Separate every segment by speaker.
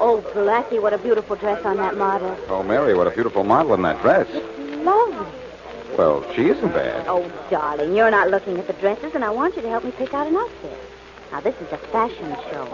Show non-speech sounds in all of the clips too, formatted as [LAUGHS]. Speaker 1: Oh, Blackie, what a beautiful dress on that model.
Speaker 2: Oh, Mary, what a beautiful model in that dress.
Speaker 1: Lovely.
Speaker 2: Well, she isn't bad.
Speaker 1: Oh, darling, you're not looking at the dresses, and I want you to help me pick out an outfit. Now, this is a fashion show.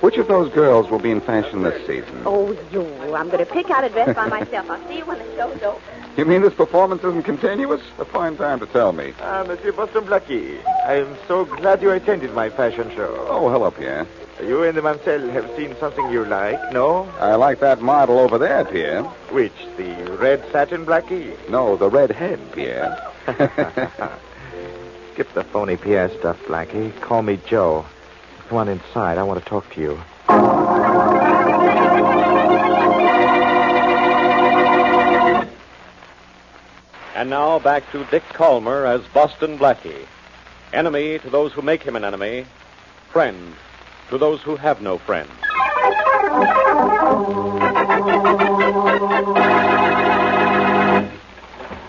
Speaker 2: Which of those girls will be in fashion this season?
Speaker 1: Oh, you. I'm going to pick out a dress by myself. I'll see you when the show's over.
Speaker 2: You mean this performance isn't continuous? A fine time to tell me.
Speaker 3: Ah, Monsieur Boston Blackie, I am so glad you attended my fashion show.
Speaker 2: Oh, hello, Pierre.
Speaker 3: You and the mamselle have seen something you like, no?
Speaker 2: I like that model over there, Pierre.
Speaker 3: Which, the red satin Blackie?
Speaker 2: No, the red head, Pierre.
Speaker 3: Skip the phony Pierre stuff, Blackie. Call me Joe. Come on inside. I want to talk to you.
Speaker 4: And now back to Dick Calmer as Boston Blackie. Enemy to those who make him an enemy, friend to those who have no friend.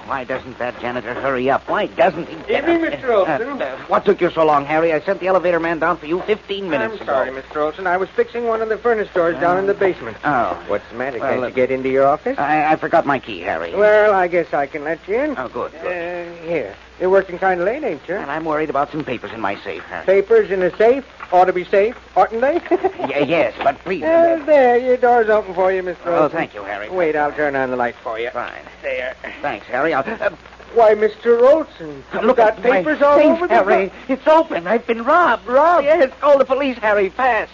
Speaker 5: Why doesn't [LAUGHS] that janitor hurry up? Why doesn't he? Get
Speaker 6: Evening,
Speaker 5: up?
Speaker 6: Mr. Olson.
Speaker 5: Uh, uh, what took you so long, Harry? I sent the elevator man down for you 15 minutes
Speaker 6: I'm sorry,
Speaker 5: ago.
Speaker 6: Mr. Olson. I was fixing one of the furnace doors down in the basement.
Speaker 5: Oh.
Speaker 6: What's the matter?
Speaker 5: Well,
Speaker 6: Can't
Speaker 5: uh,
Speaker 6: you get into your office?
Speaker 5: I, I forgot my key, Harry.
Speaker 6: well, I guess I can let you in.
Speaker 5: oh, good. good.
Speaker 6: Uh, here. You're working kind of late, ain't you?
Speaker 5: and I'm worried about some papers in my safe, Harry.
Speaker 6: Papers in a safe ought to be safe, oughtn't they? [LAUGHS]
Speaker 5: Y- yes, but please.
Speaker 6: Uh, there, your door's open for you, Mr. Olson.
Speaker 5: oh, thank you, Harry.
Speaker 6: Wait, I'll turn on the light for you.
Speaker 5: Fine.
Speaker 6: There.
Speaker 5: Thanks, Harry. I'll. Uh,
Speaker 6: Why, Mr. Olson, you
Speaker 5: look
Speaker 6: got
Speaker 5: at my
Speaker 6: papers all
Speaker 5: safe,
Speaker 6: over the
Speaker 5: Harry. It's open. I've been robbed. Robbed? Yes. Call the police, Harry, fast.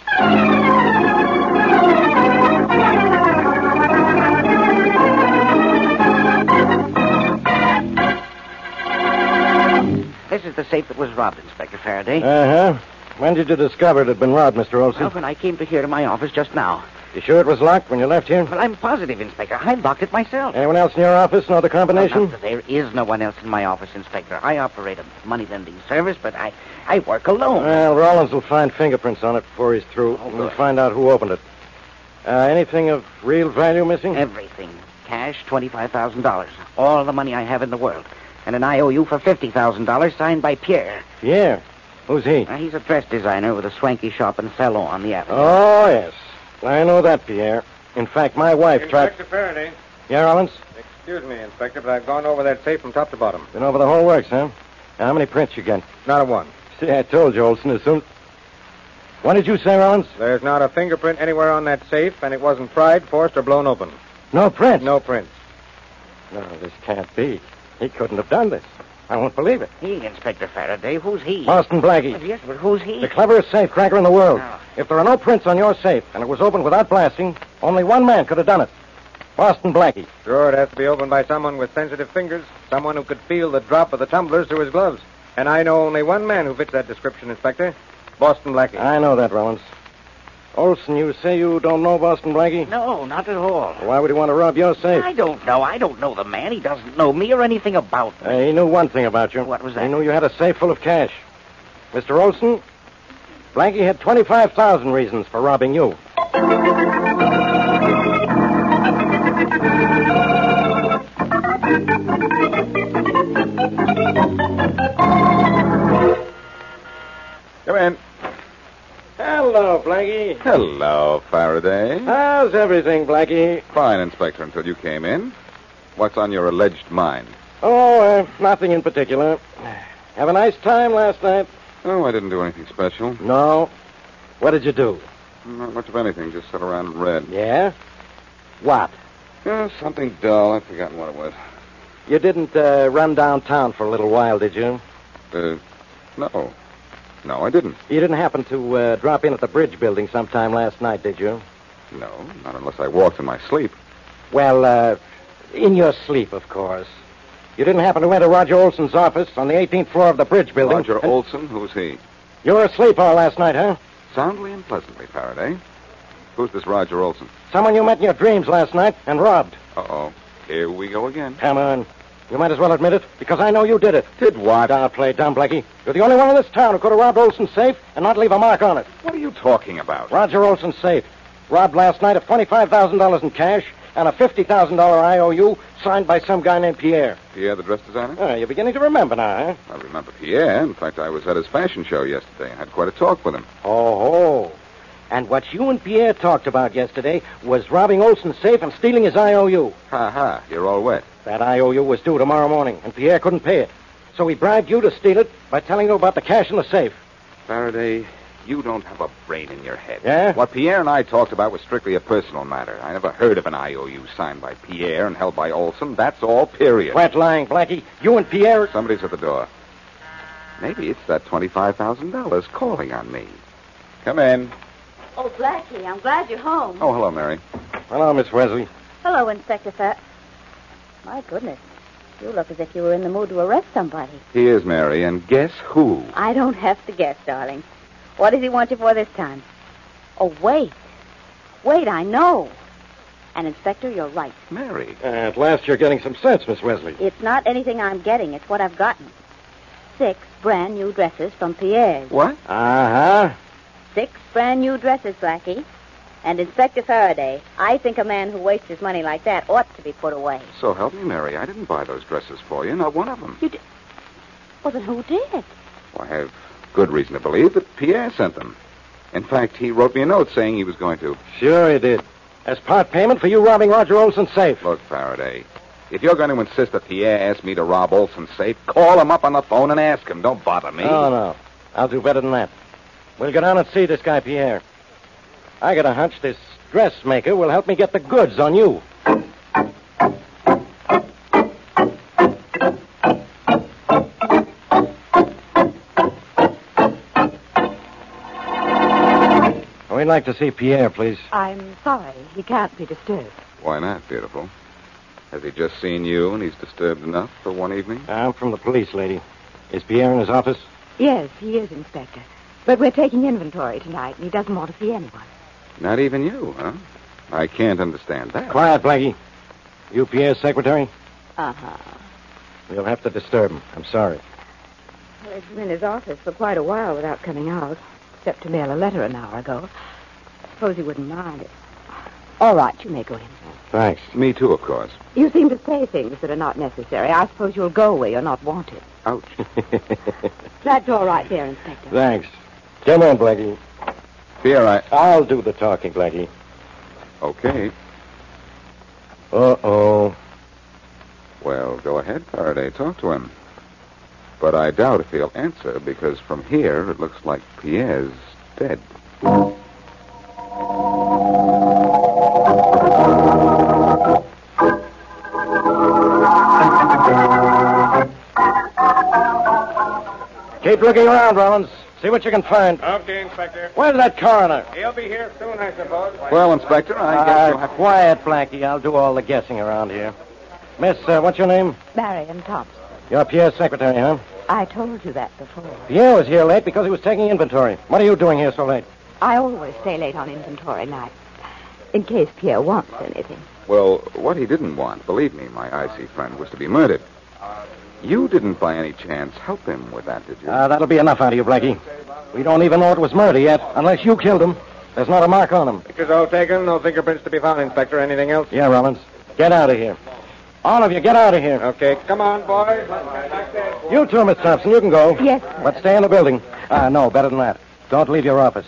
Speaker 5: This is the safe that was robbed, Inspector Faraday.
Speaker 3: Uh huh. When did you discover it had been robbed, Mr. Olson?
Speaker 5: Well, when I came to here to my office just now.
Speaker 3: You sure it was locked when you left here?
Speaker 5: Well, I'm positive, Inspector. I locked it myself.
Speaker 3: Anyone else in your office know the
Speaker 5: Well,
Speaker 3: combination?
Speaker 5: now, there is no one else in my office, Inspector. I operate a money lending service, but I, I work alone.
Speaker 3: Well, Rollins will find fingerprints on it before he's through.
Speaker 5: Oh,
Speaker 3: we'll
Speaker 5: good.
Speaker 3: find out who opened it. Uh, anything of real value missing?
Speaker 5: Eh. Everything. Cash, $25,000. All the money I have in the world. And an IOU for $50,000 signed by Pierre.
Speaker 3: yeah. Who's he?
Speaker 5: Now, he's a dress designer with a swanky shop and salon on the avenue.
Speaker 3: Oh, yes. I know that, Pierre. In fact, my wife tried.
Speaker 6: Inspector Faraday.
Speaker 3: Yeah, Rollins?
Speaker 6: Excuse me, Inspector, but I've gone over that safe from top to bottom.
Speaker 3: Been over the whole works, huh? How many prints you got?
Speaker 6: Not a one.
Speaker 3: See, I told you, Olson, as soon. What did you say, Rollins?
Speaker 6: There's not a fingerprint anywhere on that safe, and it wasn't pried, forced, or blown open.
Speaker 3: No prints.
Speaker 6: No prints.
Speaker 3: No, this can't be. He couldn't have done this.
Speaker 5: I won't believe it.
Speaker 7: He, Inspector Faraday. Who's he?
Speaker 5: Boston Blackie.
Speaker 7: Yes, but who's he?
Speaker 5: The cleverest safe cracker in the world. If there are no prints on your safe and it was opened without blasting, only one man could have done it. Boston Blackie.
Speaker 6: Sure, it'd have to be opened by someone with sensitive fingers, someone who could feel the drop of the tumblers through his gloves. And I know only one man who fits that description, Inspector. Boston Blackie.
Speaker 5: I know that, Rollins. Olson, you say you don't know Boston Blackie?
Speaker 7: No, not at all.
Speaker 5: Why would he want to rob your safe?
Speaker 7: I don't know. I don't know the man. He doesn't know me or anything about me.
Speaker 5: Uh, he knew one thing about you.
Speaker 7: What was that?
Speaker 5: He knew you had a safe full of cash. Mr. Olson, Blackie had 25,000 reasons for robbing you.
Speaker 3: Come in.
Speaker 5: Hello, Blackie.
Speaker 3: Hello, Faraday.
Speaker 5: How's everything, Blackie?
Speaker 3: Fine, Inspector, until you came in. What's on your alleged mind?
Speaker 5: Oh, uh, nothing in particular. Have a nice time last night?
Speaker 3: Oh, I didn't do anything special.
Speaker 5: No. What did you do?
Speaker 3: Not much of anything, just sat around and read.
Speaker 5: Yeah? What?
Speaker 3: Yeah, something dull. I've forgotten what it was.
Speaker 5: You didn't uh, run downtown for a little while, did you?
Speaker 3: Uh, no. No, I didn't.
Speaker 5: You didn't happen to uh, drop in at the bridge building sometime last night, did you?
Speaker 3: No, not unless I walked in my sleep.
Speaker 5: Well, uh, in your sleep, of course. You didn't happen to enter Roger Olson's office on the 18th floor of the bridge building.
Speaker 3: Roger
Speaker 5: and-
Speaker 3: Olson, who's he?
Speaker 5: You were asleep all last night, huh?
Speaker 3: Soundly and pleasantly, Faraday. Who's this Roger Olson?
Speaker 5: Someone you met in your dreams last night and robbed.
Speaker 3: Uh oh. Here we go again.
Speaker 5: Come on. You might as well admit it, because I know you did it.
Speaker 3: Did what?
Speaker 5: Don't play dumb, Blackie. You're the only one in this town who could have robbed Olson's safe and not leave a mark on it.
Speaker 3: What are you talking about?
Speaker 5: Roger Olson's safe. Robbed last night of $25,000 in cash and a $50,000 IOU signed by some guy named Pierre.
Speaker 3: Pierre, the dress designer?
Speaker 5: Ah, you're beginning to remember now, huh?
Speaker 3: I remember Pierre. In fact, I was at his fashion show yesterday and had quite a talk with him.
Speaker 5: Oh, and what you and Pierre talked about yesterday was robbing Olson's safe and stealing his IOU.
Speaker 3: Ha ha, you're all wet.
Speaker 5: That IOU was due tomorrow morning, and Pierre couldn't pay it. So he bribed you to steal it by telling you about the cash in the safe.
Speaker 3: Faraday, you don't have a brain in your head.
Speaker 5: Yeah?
Speaker 3: What Pierre and I talked about was strictly a personal matter. I never heard of an IOU signed by Pierre and held by Olson. That's all, period.
Speaker 5: Quit lying, Blackie. You and Pierre.
Speaker 3: Somebody's at the door. Maybe it's that $25,000 calling on me. Come in.
Speaker 8: Oh, Blackie, I'm glad you're home.
Speaker 3: Oh, hello, Mary.
Speaker 5: Hello, Miss Wesley.
Speaker 8: Hello, Inspector Fat. My goodness. You look as if you were in the mood to arrest somebody.
Speaker 3: He is Mary, and guess who?
Speaker 8: I don't have to guess, darling. What does he want you for this time? Oh, wait. Wait, I know. And, Inspector, you're right.
Speaker 3: Mary.
Speaker 5: At last you're getting some sense, Miss Wesley.
Speaker 8: It's not anything I'm getting, it's what I've gotten. Six brand new dresses from Pierre's.
Speaker 3: What?
Speaker 5: Uh huh.
Speaker 8: Six brand new dresses, Blackie. And Inspector Faraday, I think a man who wastes his money like that ought to be put away.
Speaker 3: So help me, Mary. I didn't buy those dresses for you, not one of them.
Speaker 8: You did? Well, then who did?
Speaker 3: Well, I have good reason to believe that Pierre sent them. In fact, he wrote me a note saying he was going to.
Speaker 5: Sure, he did. As part payment for you robbing Roger Olson's safe.
Speaker 3: Look, Faraday, if you're going to insist that Pierre asked me to rob Olson's safe, call him up on the phone and ask him. Don't bother me.
Speaker 5: No, no. I'll do better than that. We'll go down and see this guy, Pierre. I got a hunch this dressmaker will help me get the goods on you. We'd like to see Pierre, please.
Speaker 1: I'm sorry. He can't be disturbed.
Speaker 3: Why not, beautiful? Has he just seen you and he's disturbed enough for one evening?
Speaker 5: I'm from the police, lady. Is Pierre in his office?
Speaker 1: Yes, he is, Inspector. But we're taking inventory tonight, and he doesn't want to see anyone.
Speaker 3: Not even you, huh? I can't understand that.
Speaker 5: Quiet, Blackie. You Pierre's secretary?
Speaker 1: Uh huh.
Speaker 5: We'll have to disturb him. I'm sorry.
Speaker 1: Well, he's been in his office for quite a while without coming out, except to mail a letter an hour ago. Suppose he wouldn't mind it. All right, you may go in.
Speaker 5: Thanks.
Speaker 3: Me too, of course.
Speaker 1: You seem to say things that are not necessary. I suppose you'll go where you're not wanted.
Speaker 3: Ouch.
Speaker 1: That door right there, Inspector.
Speaker 5: Thanks. Come on, Blackie.
Speaker 3: Pierre, I.
Speaker 5: I'll do the talking, Blackie.
Speaker 3: Okay.
Speaker 5: Uh oh.
Speaker 3: Well, go ahead, Faraday. Talk to him. But I doubt if he'll answer because from here it looks like Pierre's dead.
Speaker 5: Keep looking around, Rollins. See what you can find.
Speaker 6: Okay, Inspector.
Speaker 5: Where's that coroner?
Speaker 6: He'll be here soon, I suppose.
Speaker 5: Well, Inspector, I guess you'll have... Quiet, Blackie. I'll do all the guessing around here. Miss, uh, what's your name?
Speaker 1: Marion Thompson.
Speaker 5: You're Pierre's secretary, huh?
Speaker 1: I told you that before.
Speaker 5: Pierre was here late because he was taking inventory. What are you doing here so late?
Speaker 1: I always stay late on inventory night, in case Pierre wants anything.
Speaker 3: Well, what he didn't want, believe me, my icy friend, was to be murdered. You didn't by any chance help him with that, did you?
Speaker 5: Uh, that'll be enough out of you, Blackie. We don't even know it was murder yet, unless you killed him. There's not a mark on him.
Speaker 6: Pictures all taken, no fingerprints to be found, Inspector. Anything else?
Speaker 5: Yeah, Rollins. Get out of here. All of you, get out of here.
Speaker 6: Okay, come on, boys.
Speaker 5: You too, Miss Thompson. You can go.
Speaker 1: Yes.
Speaker 5: But stay in the building. Ah, no, better than that. Don't leave your office.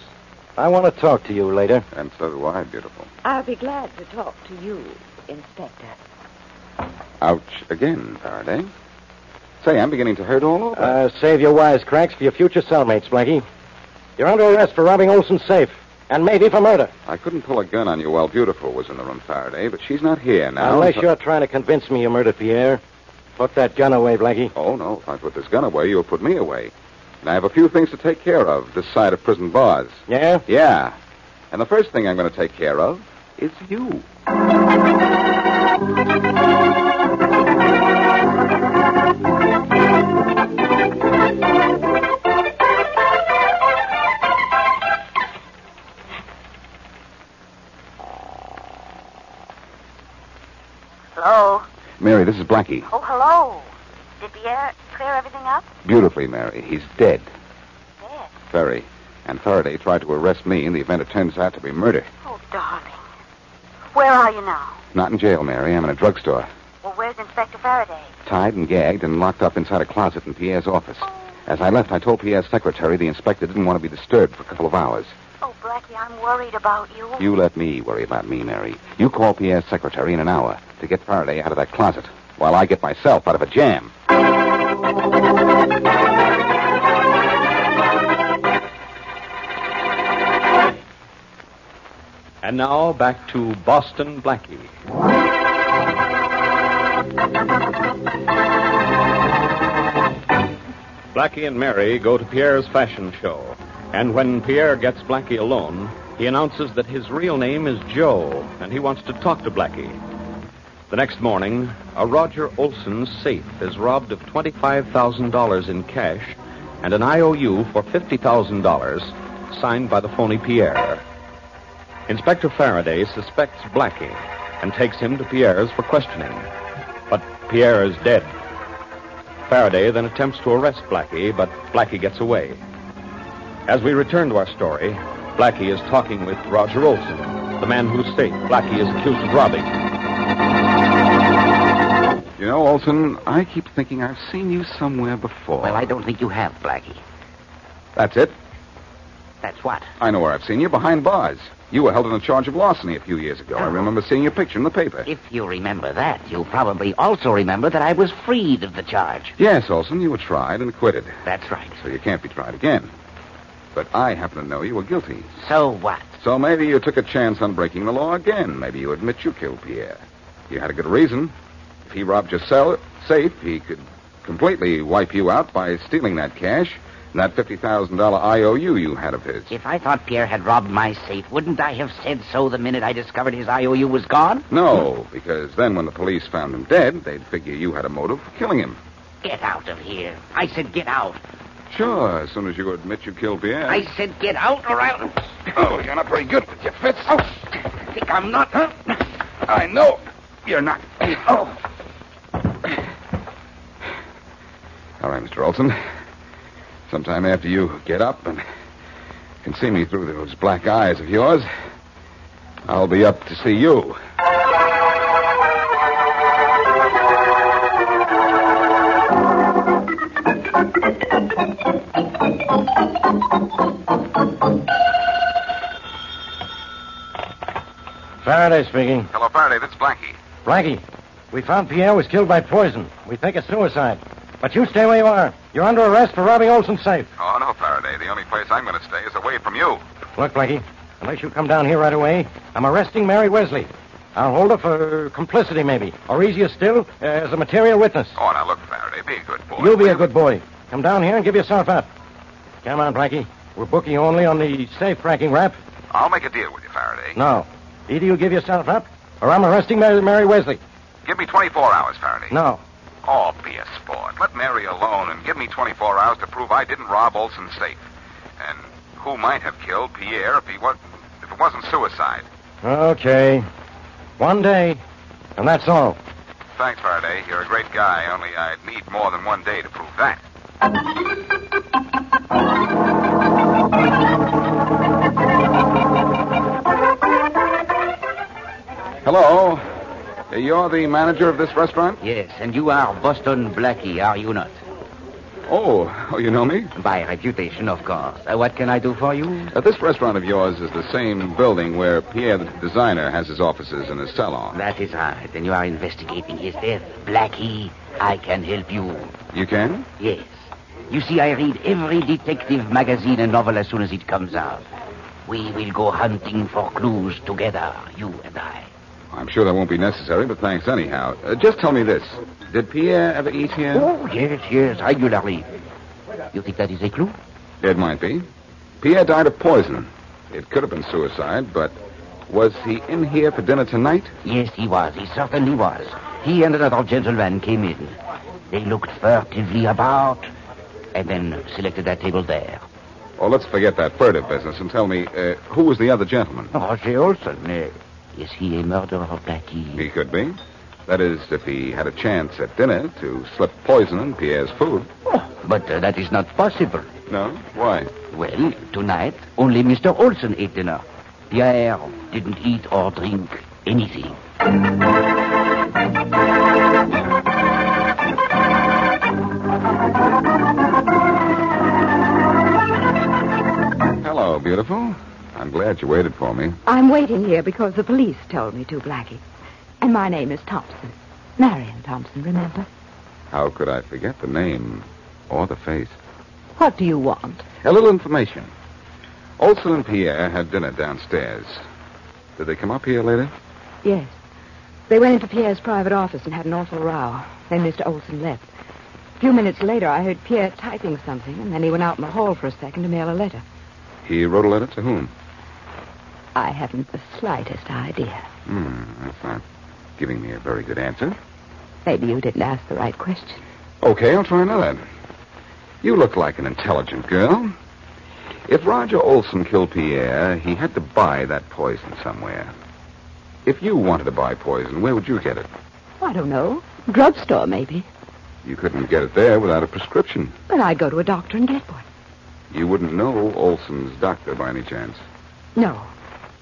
Speaker 5: I want to talk to you later.
Speaker 3: And so do I, beautiful.
Speaker 1: I'll be glad to talk to you, Inspector.
Speaker 3: Ouch again, Faraday. Say, I'm beginning to hurt all over.
Speaker 5: Uh, save your wisecracks for your future cellmates, Blackie. You're under arrest for robbing Olson's safe, and maybe for murder.
Speaker 3: I couldn't pull a gun on you while Beautiful was in the room, Faraday, but she's not here now.
Speaker 5: Unless
Speaker 3: so-
Speaker 5: you're trying to convince me you murdered Pierre. Put that gun away, Blackie.
Speaker 3: Oh, no. If I put this gun away, you'll put me away. And I have a few things to take care of this side of prison bars.
Speaker 5: Yeah?
Speaker 3: Yeah. And the first thing I'm going to take care of is you.
Speaker 9: Hello?
Speaker 3: Mary, this is Blackie.
Speaker 9: Oh, hello. Did Pierre clear everything up?
Speaker 3: Beautifully, Mary. He's dead.
Speaker 9: Dead.
Speaker 3: Very. And Faraday tried to arrest me in the event it turns out to be murder.
Speaker 9: Oh, darling. Where are you now?
Speaker 3: Not in jail, Mary. I'm in a drugstore.
Speaker 9: Well, where's Inspector Faraday?
Speaker 3: Tied and gagged and locked up inside a closet in Pierre's office. As I left, I told Pierre's secretary the inspector didn't want to be disturbed for a couple of hours.
Speaker 9: Oh, Blackie, I'm worried about you.
Speaker 3: You let me worry about me, Mary. You call Pierre's secretary in an hour to get Faraday out of that closet while I get myself out of a jam.
Speaker 4: And now back to Boston Blackie. Blackie and Mary go to Pierre's fashion show. And when Pierre gets Blackie alone, he announces that his real name is Joe, and he wants to talk to Blackie. The next morning, a Roger Olson safe is robbed of $25,000 in cash and an IOU for $50,000 signed by the phony Pierre. Inspector Faraday suspects Blackie and takes him to Pierre's for questioning. But Pierre is dead. Faraday then attempts to arrest Blackie, but Blackie gets away. As we return to our story, Blackie is talking with Roger Olson, the man whose safe Blackie is accused of robbing.
Speaker 3: You know, Olson, I keep thinking I've seen you somewhere before.
Speaker 7: Well, I don't think you have, Blackie.
Speaker 3: That's it.
Speaker 7: That's what?
Speaker 3: I know where I've seen you behind bars. You were held on a charge of larceny a few years ago. I remember seeing your picture in the paper.
Speaker 7: If you remember that, you'll probably also remember that I was freed of the charge.
Speaker 3: Yes, Olson, you were tried and acquitted.
Speaker 7: That's right.
Speaker 3: So you can't be tried again. But I happen to know you were guilty.
Speaker 7: So what?
Speaker 3: So maybe you took a chance on breaking the law again. Maybe you admit you killed Pierre. You had a good reason. If he robbed your cell safe, he could completely wipe you out by stealing that cash and that $50,000 IOU you had of his.
Speaker 7: If I thought Pierre had robbed my safe, wouldn't I have said so the minute I discovered his IOU was gone?
Speaker 3: No, because then when the police found him dead, they'd figure you had a motive for killing him.
Speaker 7: Get out of here. I said get out.
Speaker 3: Sure, as soon as you admit you killed Pierre.
Speaker 7: I said get out or I'll.
Speaker 3: Oh, you're not very good with your fists. Oh,
Speaker 7: think I'm not, huh?
Speaker 3: I know you're not. Oh. All right, Mr. Olson. Sometime after you get up and can see me through those black eyes of yours, I'll be up to see you.
Speaker 5: Faraday speaking.
Speaker 3: Hello, Faraday. That's Blackie.
Speaker 5: Blackie, we found Pierre was killed by poison. We think it's suicide. But you stay where you are. You're under arrest for robbing Olson's safe.
Speaker 3: Oh, no, Faraday. The only place I'm going to stay is away from you.
Speaker 5: Look, Blackie, unless you come down here right away, I'm arresting Mary Wesley. I'll hold her for complicity, maybe, or easier still, as a material witness.
Speaker 3: Oh, now look, Faraday. Be a good boy.
Speaker 5: You'll be a good boy. Come down here and give yourself up. Come on, Blackie. We're booking only on the safe cracking rap.
Speaker 3: I'll make a deal with you, Faraday.
Speaker 5: No. Either you give yourself up, or I'm arresting Mary, Mary Wesley.
Speaker 3: Give me 24 hours, Faraday.
Speaker 5: No.
Speaker 3: Oh, be a sport. Let Mary alone and give me 24 hours to prove I didn't rob Olson's safe. And who might have killed Pierre if he was if it wasn't suicide?
Speaker 5: Okay. One day, and that's all.
Speaker 3: Thanks, Faraday. You're a great guy, only I'd need more than one day to prove that. Hello. You're the manager of this restaurant?
Speaker 7: Yes, and you are Boston Blackie, are you not?
Speaker 3: Oh, oh you know me?
Speaker 7: By reputation, of course. Uh, what can I do for you?
Speaker 3: Uh, this restaurant of yours is the same building where Pierre the designer has his offices and his salon.
Speaker 7: That is right, and you are investigating his death. Blackie, I can help you.
Speaker 3: You can?
Speaker 7: Yes. You see, I read every detective magazine and novel as soon as it comes out. We will go hunting for clues together, you and I.
Speaker 3: I'm sure that won't be necessary, but thanks anyhow. Uh, just tell me this. Did Pierre ever eat here?
Speaker 7: Oh, yes, yes, regularly. You think that is a clue?
Speaker 3: It might be. Pierre died of poison. It could have been suicide, but was he in here for dinner tonight?
Speaker 7: Yes, he was. He certainly was. He and another gentleman came in. They looked furtively about and then selected that table there.
Speaker 3: Oh, let's forget that furtive business and tell me, uh, who was the other gentleman?
Speaker 7: Roger Olson. eh? Is he a murderer, Blackie?
Speaker 3: He could be. That is, if he had a chance at dinner to slip poison in Pierre's food.
Speaker 7: But uh, that is not possible.
Speaker 3: No? Why?
Speaker 7: Well, tonight, only Mr. Olson ate dinner. Pierre didn't eat or drink anything.
Speaker 3: Hello, beautiful. I'm glad you waited for me.
Speaker 1: I'm waiting here because the police told me to, Blackie. And my name is Thompson. Marion Thompson, remember?
Speaker 3: How could I forget the name or the face?
Speaker 1: What do you want?
Speaker 3: A little information. Olson and Pierre had dinner downstairs. Did they come up here later?
Speaker 1: Yes. They went into Pierre's private office and had an awful row. Then Mr. Olson left. A few minutes later, I heard Pierre typing something, and then he went out in the hall for a second to mail a letter.
Speaker 3: He wrote a letter to whom?
Speaker 1: I haven't the slightest idea.
Speaker 3: Hmm, that's not giving me a very good answer.
Speaker 1: Maybe you didn't ask the right question.
Speaker 3: Okay, I'll try another. You look like an intelligent girl. If Roger Olson killed Pierre, he had to buy that poison somewhere. If you wanted to buy poison, where would you get it?
Speaker 1: I don't know. Drugstore, maybe.
Speaker 3: You couldn't get it there without a prescription.
Speaker 1: But I go to a doctor and get one.
Speaker 3: You wouldn't know Olson's doctor by any chance.
Speaker 1: No.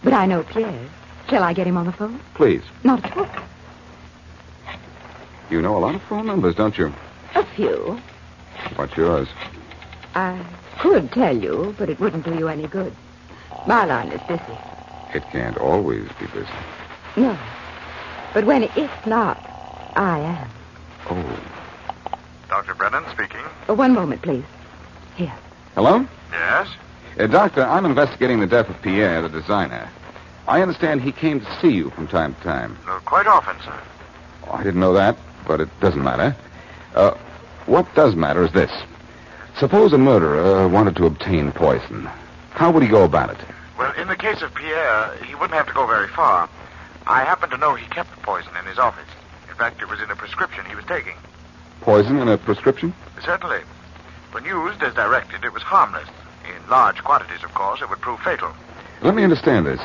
Speaker 1: But I know Pierre. Shall I get him on the phone?
Speaker 3: Please,
Speaker 1: Not at all.
Speaker 3: you know a lot of phone numbers, don't you?
Speaker 1: A few.
Speaker 3: What's yours?
Speaker 1: I could tell you, but it wouldn't do you any good. My line is busy.
Speaker 3: It can't always be busy.
Speaker 1: No. But when it's not, I am.
Speaker 3: Oh.
Speaker 10: Dr. Brennan speaking.
Speaker 1: Uh, One moment, please.
Speaker 3: Hello?
Speaker 10: Yes?
Speaker 3: Uh, doctor, I'm investigating the death of Pierre, the designer. I understand he came to see you from time to time.
Speaker 10: Uh, quite often, sir.
Speaker 3: Oh, I didn't know that, but it doesn't matter. Uh, what does matter is this. Suppose a murderer wanted to obtain poison. How would he go about it?
Speaker 10: Well, in the case of Pierre, he wouldn't have to go very far. I happen to know he kept the poison in his office. In fact, it was in a prescription he was taking.
Speaker 3: Poison in a prescription?
Speaker 10: Certainly. When used as directed, it was harmless. In large quantities, of course, it would prove fatal.
Speaker 3: Let me understand this.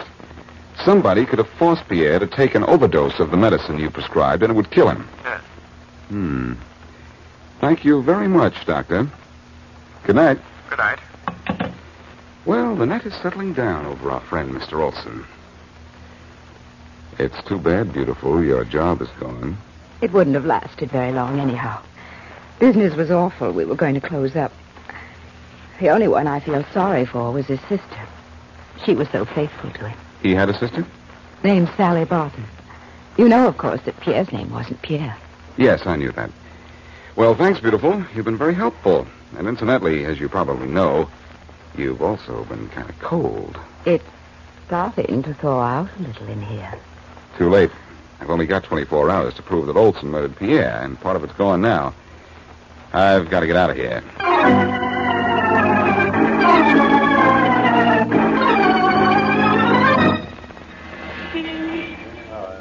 Speaker 3: Somebody could have forced Pierre to take an overdose of the medicine you prescribed, and it would kill him.
Speaker 10: Yes.
Speaker 3: Hmm. Thank you very much, Doctor. Good night.
Speaker 10: Good night.
Speaker 3: Well, the net is settling down over our friend, Mr. Olson. It's too bad, beautiful. Your job is gone.
Speaker 1: It wouldn't have lasted very long, anyhow. Business was awful. We were going to close up. The only one I feel sorry for was his sister. She was so faithful to him.
Speaker 3: He had a sister?
Speaker 1: Named Sally Barton. You know, of course, that Pierre's name wasn't Pierre.
Speaker 3: Yes, I knew that. Well, thanks, beautiful. You've been very helpful. And incidentally, as you probably know, you've also been kind of cold.
Speaker 1: It's starting to thaw out a little in here.
Speaker 3: Too late. I've only got 24 hours to prove that Olson murdered Pierre, and part of it's gone now. I've got to get out of here.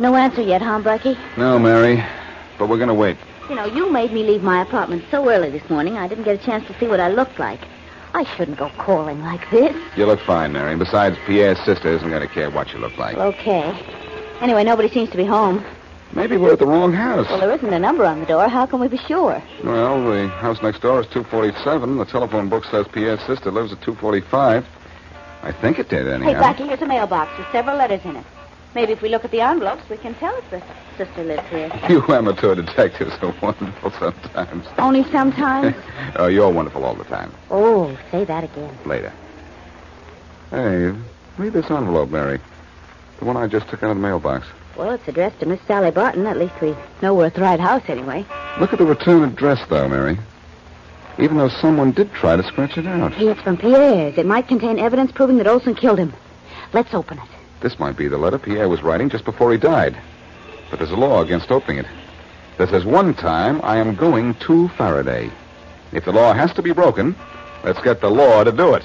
Speaker 8: No answer yet, huh, Blackie?
Speaker 3: No, Mary, but we're going to wait.
Speaker 8: You know, you made me leave my apartment so early this morning, I didn't get a chance to see what I looked like. I shouldn't go calling like this.
Speaker 3: You look fine, Mary. And besides, Pierre's sister isn't going to care what you look like.
Speaker 8: Okay. Anyway, nobody seems to be home.
Speaker 3: Maybe we're at the wrong house.
Speaker 8: Well, there isn't a number on the door. How can we be sure?
Speaker 3: Well, the house next door is 247. The telephone book says Pierre's sister lives at 245. I think it did, anyhow.
Speaker 8: Hey, Blackie, here's a mailbox with several letters in it. Maybe if we look at the envelopes, we can tell if the sister lives here.
Speaker 3: [LAUGHS] You amateur detectives are wonderful sometimes. [LAUGHS]
Speaker 8: Only sometimes.
Speaker 3: Oh, you're wonderful all the time.
Speaker 8: oh, say that again.
Speaker 3: Later. Hey, read this envelope, Mary. The one I just took out of the mailbox.
Speaker 8: Well, it's addressed to Miss Sally Barton. At least we know we're at the right house, anyway.
Speaker 3: Look at the return address, though, Mary. Even though someone did try to scratch it out.
Speaker 8: Hey, it's from Pierre's. It might contain evidence proving that Olson killed him. Let's open it.
Speaker 3: This might be the letter Pierre was writing just before he died. But there's a law against opening it. That says one time I am going to Faraday. If the law has to be broken, let's get the law to do it.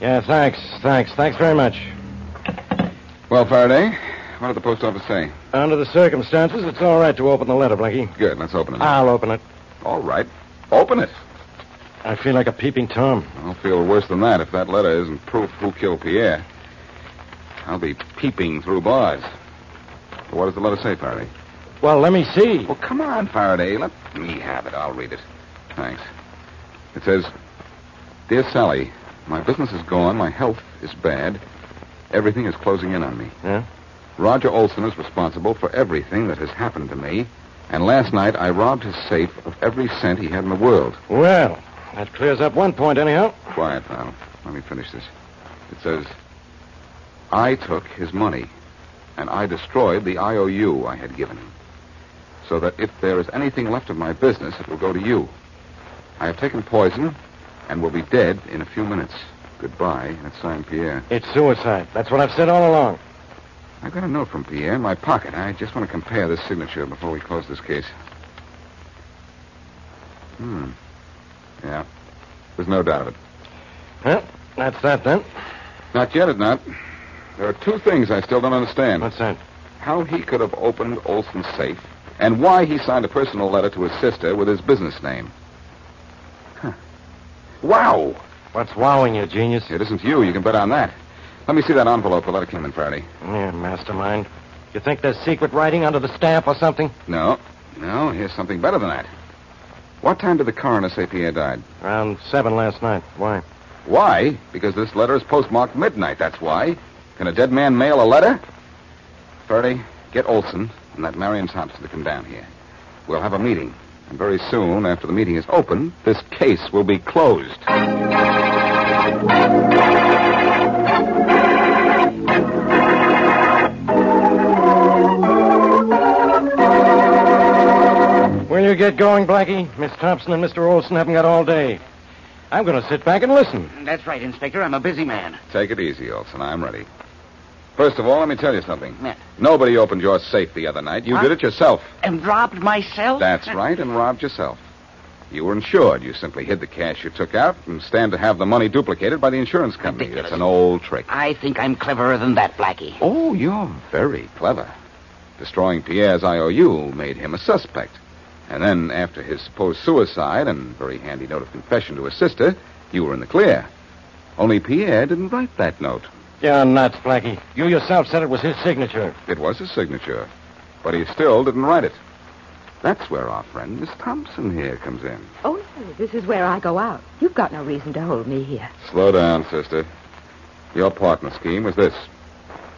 Speaker 5: Yeah, thanks, thanks, thanks very much.
Speaker 3: Well, Faraday, what did the post office say?
Speaker 5: Under the circumstances, it's all right to open the letter, Blackie.
Speaker 3: Good, let's open it.
Speaker 5: I'll open it.
Speaker 3: All right. Open it.
Speaker 5: I feel like a peeping Tom.
Speaker 3: I'll feel worse than that if that letter isn't proof who killed Pierre. I'll be peeping through bars. But what does the letter say, Faraday?
Speaker 5: Well, let me see.
Speaker 3: Well, come on, Faraday. Let me have it. I'll read it. Thanks. It says, Dear Sally, my business is gone. My health is bad. Everything is closing in on me.
Speaker 5: Yeah?
Speaker 3: Roger Olson is responsible for everything that has happened to me, and last night I robbed his safe of every cent he had in the world.
Speaker 5: Well, that clears up one point, anyhow.
Speaker 3: Quiet, pal. Let me finish this. It says, I took his money, and I destroyed the IOU I had given him, so that if there is anything left of my business, it will go to you. I have taken poison and will be dead in a few minutes. Goodbye, and it's signed Pierre.
Speaker 5: It's suicide. That's what I've said all along.
Speaker 3: I got a note from Pierre in my pocket. I just want to compare this signature before we close this case. Hmm. Yeah. There's no doubt of it.
Speaker 5: Well, that's that then.
Speaker 3: Not yet, it not. There are two things I still don't understand.
Speaker 5: What's that?
Speaker 3: How he could have opened Olson's safe, and why he signed a personal letter to his sister with his business name. Huh. Wow!
Speaker 5: What's wowing you, genius?
Speaker 3: It isn't you. You can bet on that. Let me see that envelope the letter came in Friday.
Speaker 5: Yeah, mastermind. You think there's secret writing under the stamp or something?
Speaker 3: No. No, here's something better than that. What time did the coroner say Pierre died?
Speaker 5: Around seven last night. Why?
Speaker 3: Why? Because this letter is postmarked midnight, that's why. Can a dead man mail a letter? Faraday, get Olson and that Marion Thompson to come down here. We'll have a meeting. And very soon, after the meeting is open, this case will be closed.
Speaker 5: Will you get going, Blackie? Miss Thompson and Mr. Olson haven't got all day. I'm going to sit back and listen.
Speaker 7: That's right, Inspector. I'm a busy man.
Speaker 3: Take it easy, Olson. I'm ready. First of all, let me tell you something.
Speaker 7: Yeah.
Speaker 3: Nobody opened your safe the other night. You
Speaker 7: Huh?
Speaker 3: did it yourself.
Speaker 7: And robbed myself?
Speaker 3: That's right, and robbed yourself. You were insured. You simply hid the cash you took out and stand to have the money duplicated by the insurance company. It's an old trick.
Speaker 7: I think I'm cleverer than that, Blackie.
Speaker 3: Oh, you're very clever. Destroying Pierre's IOU made him a suspect. And then, after his supposed suicide and very handy note of confession to his sister, you were in the clear. Only Pierre didn't write that note.
Speaker 5: You're nuts, Blackie. You yourself said it was his signature.
Speaker 3: It was his signature, but he still didn't write it. That's where our friend Miss Thompson here comes in.
Speaker 1: Oh, no, this is where I go out. You've got no reason to hold me here.
Speaker 3: Slow down, sister. Your part in the scheme was this.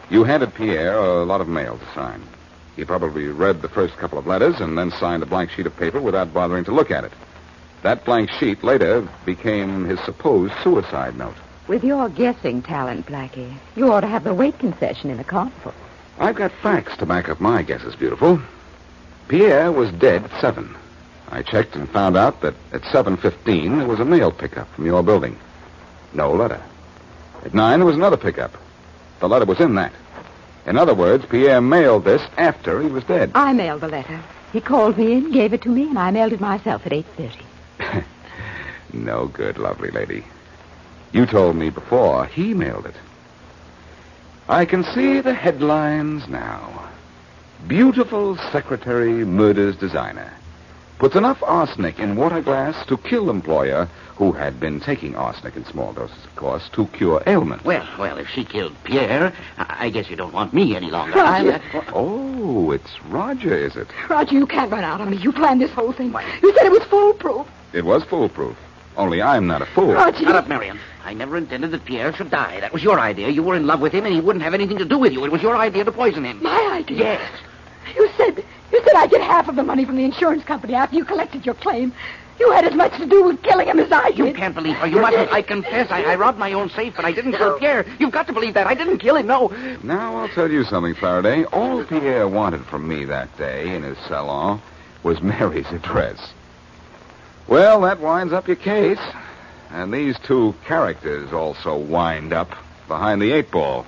Speaker 3: You handed Pierre a lot of mail to sign. He probably read the first couple of letters and then signed a blank sheet of paper without bothering to look at it. That blank sheet later became his supposed suicide note.
Speaker 1: With your guessing talent, Blackie, you ought to have the weight concession in the carnival.
Speaker 3: I've got facts to back up my guesses, beautiful. Pierre was dead at seven. I checked and found out that at seven fifteen there was a mail pickup from your building. No letter. At nine there was another pickup. The letter was in that. In other words, Pierre mailed this after he was dead.
Speaker 1: I mailed the letter. He called me in, gave it to me, and I mailed it myself at 8.30.
Speaker 3: no good, lovely lady. You told me before he mailed it. I can see the headlines now. Beautiful secretary murders designer. Puts enough arsenic in water glass to kill employer who had been taking arsenic in small doses, of course, to cure ailment.
Speaker 7: Well, well, if she killed Pierre, I I guess you don't want me any longer.
Speaker 1: Roger.
Speaker 7: I'm, uh,
Speaker 3: Oh, it's Roger, is it?
Speaker 1: Roger, you can't run out on me. You planned this whole thing. You said it was foolproof.
Speaker 3: It was foolproof. Only I'm not a fool.
Speaker 1: Roger.
Speaker 7: Oh, Shut up, Marion. I never intended that Pierre should die. That was your idea. You were in love with him, and he wouldn't have anything to do with you. It was your idea to poison him.
Speaker 1: My idea.
Speaker 7: Yes.
Speaker 1: You said you said I'd get half of the money from the insurance company after you collected your claim. You had as much to do with killing him as I did.
Speaker 7: You can't believe her. You mustn't. I confess, I, I robbed my own safe, but I didn't kill Pierre. You've got to believe that. I didn't kill him. No.
Speaker 3: Now I'll tell you something, Faraday. All Pierre wanted from me that day in his salon was [LAUGHS] Mary's address. Well, that winds up your case. And these two characters also wind up behind the eight ball.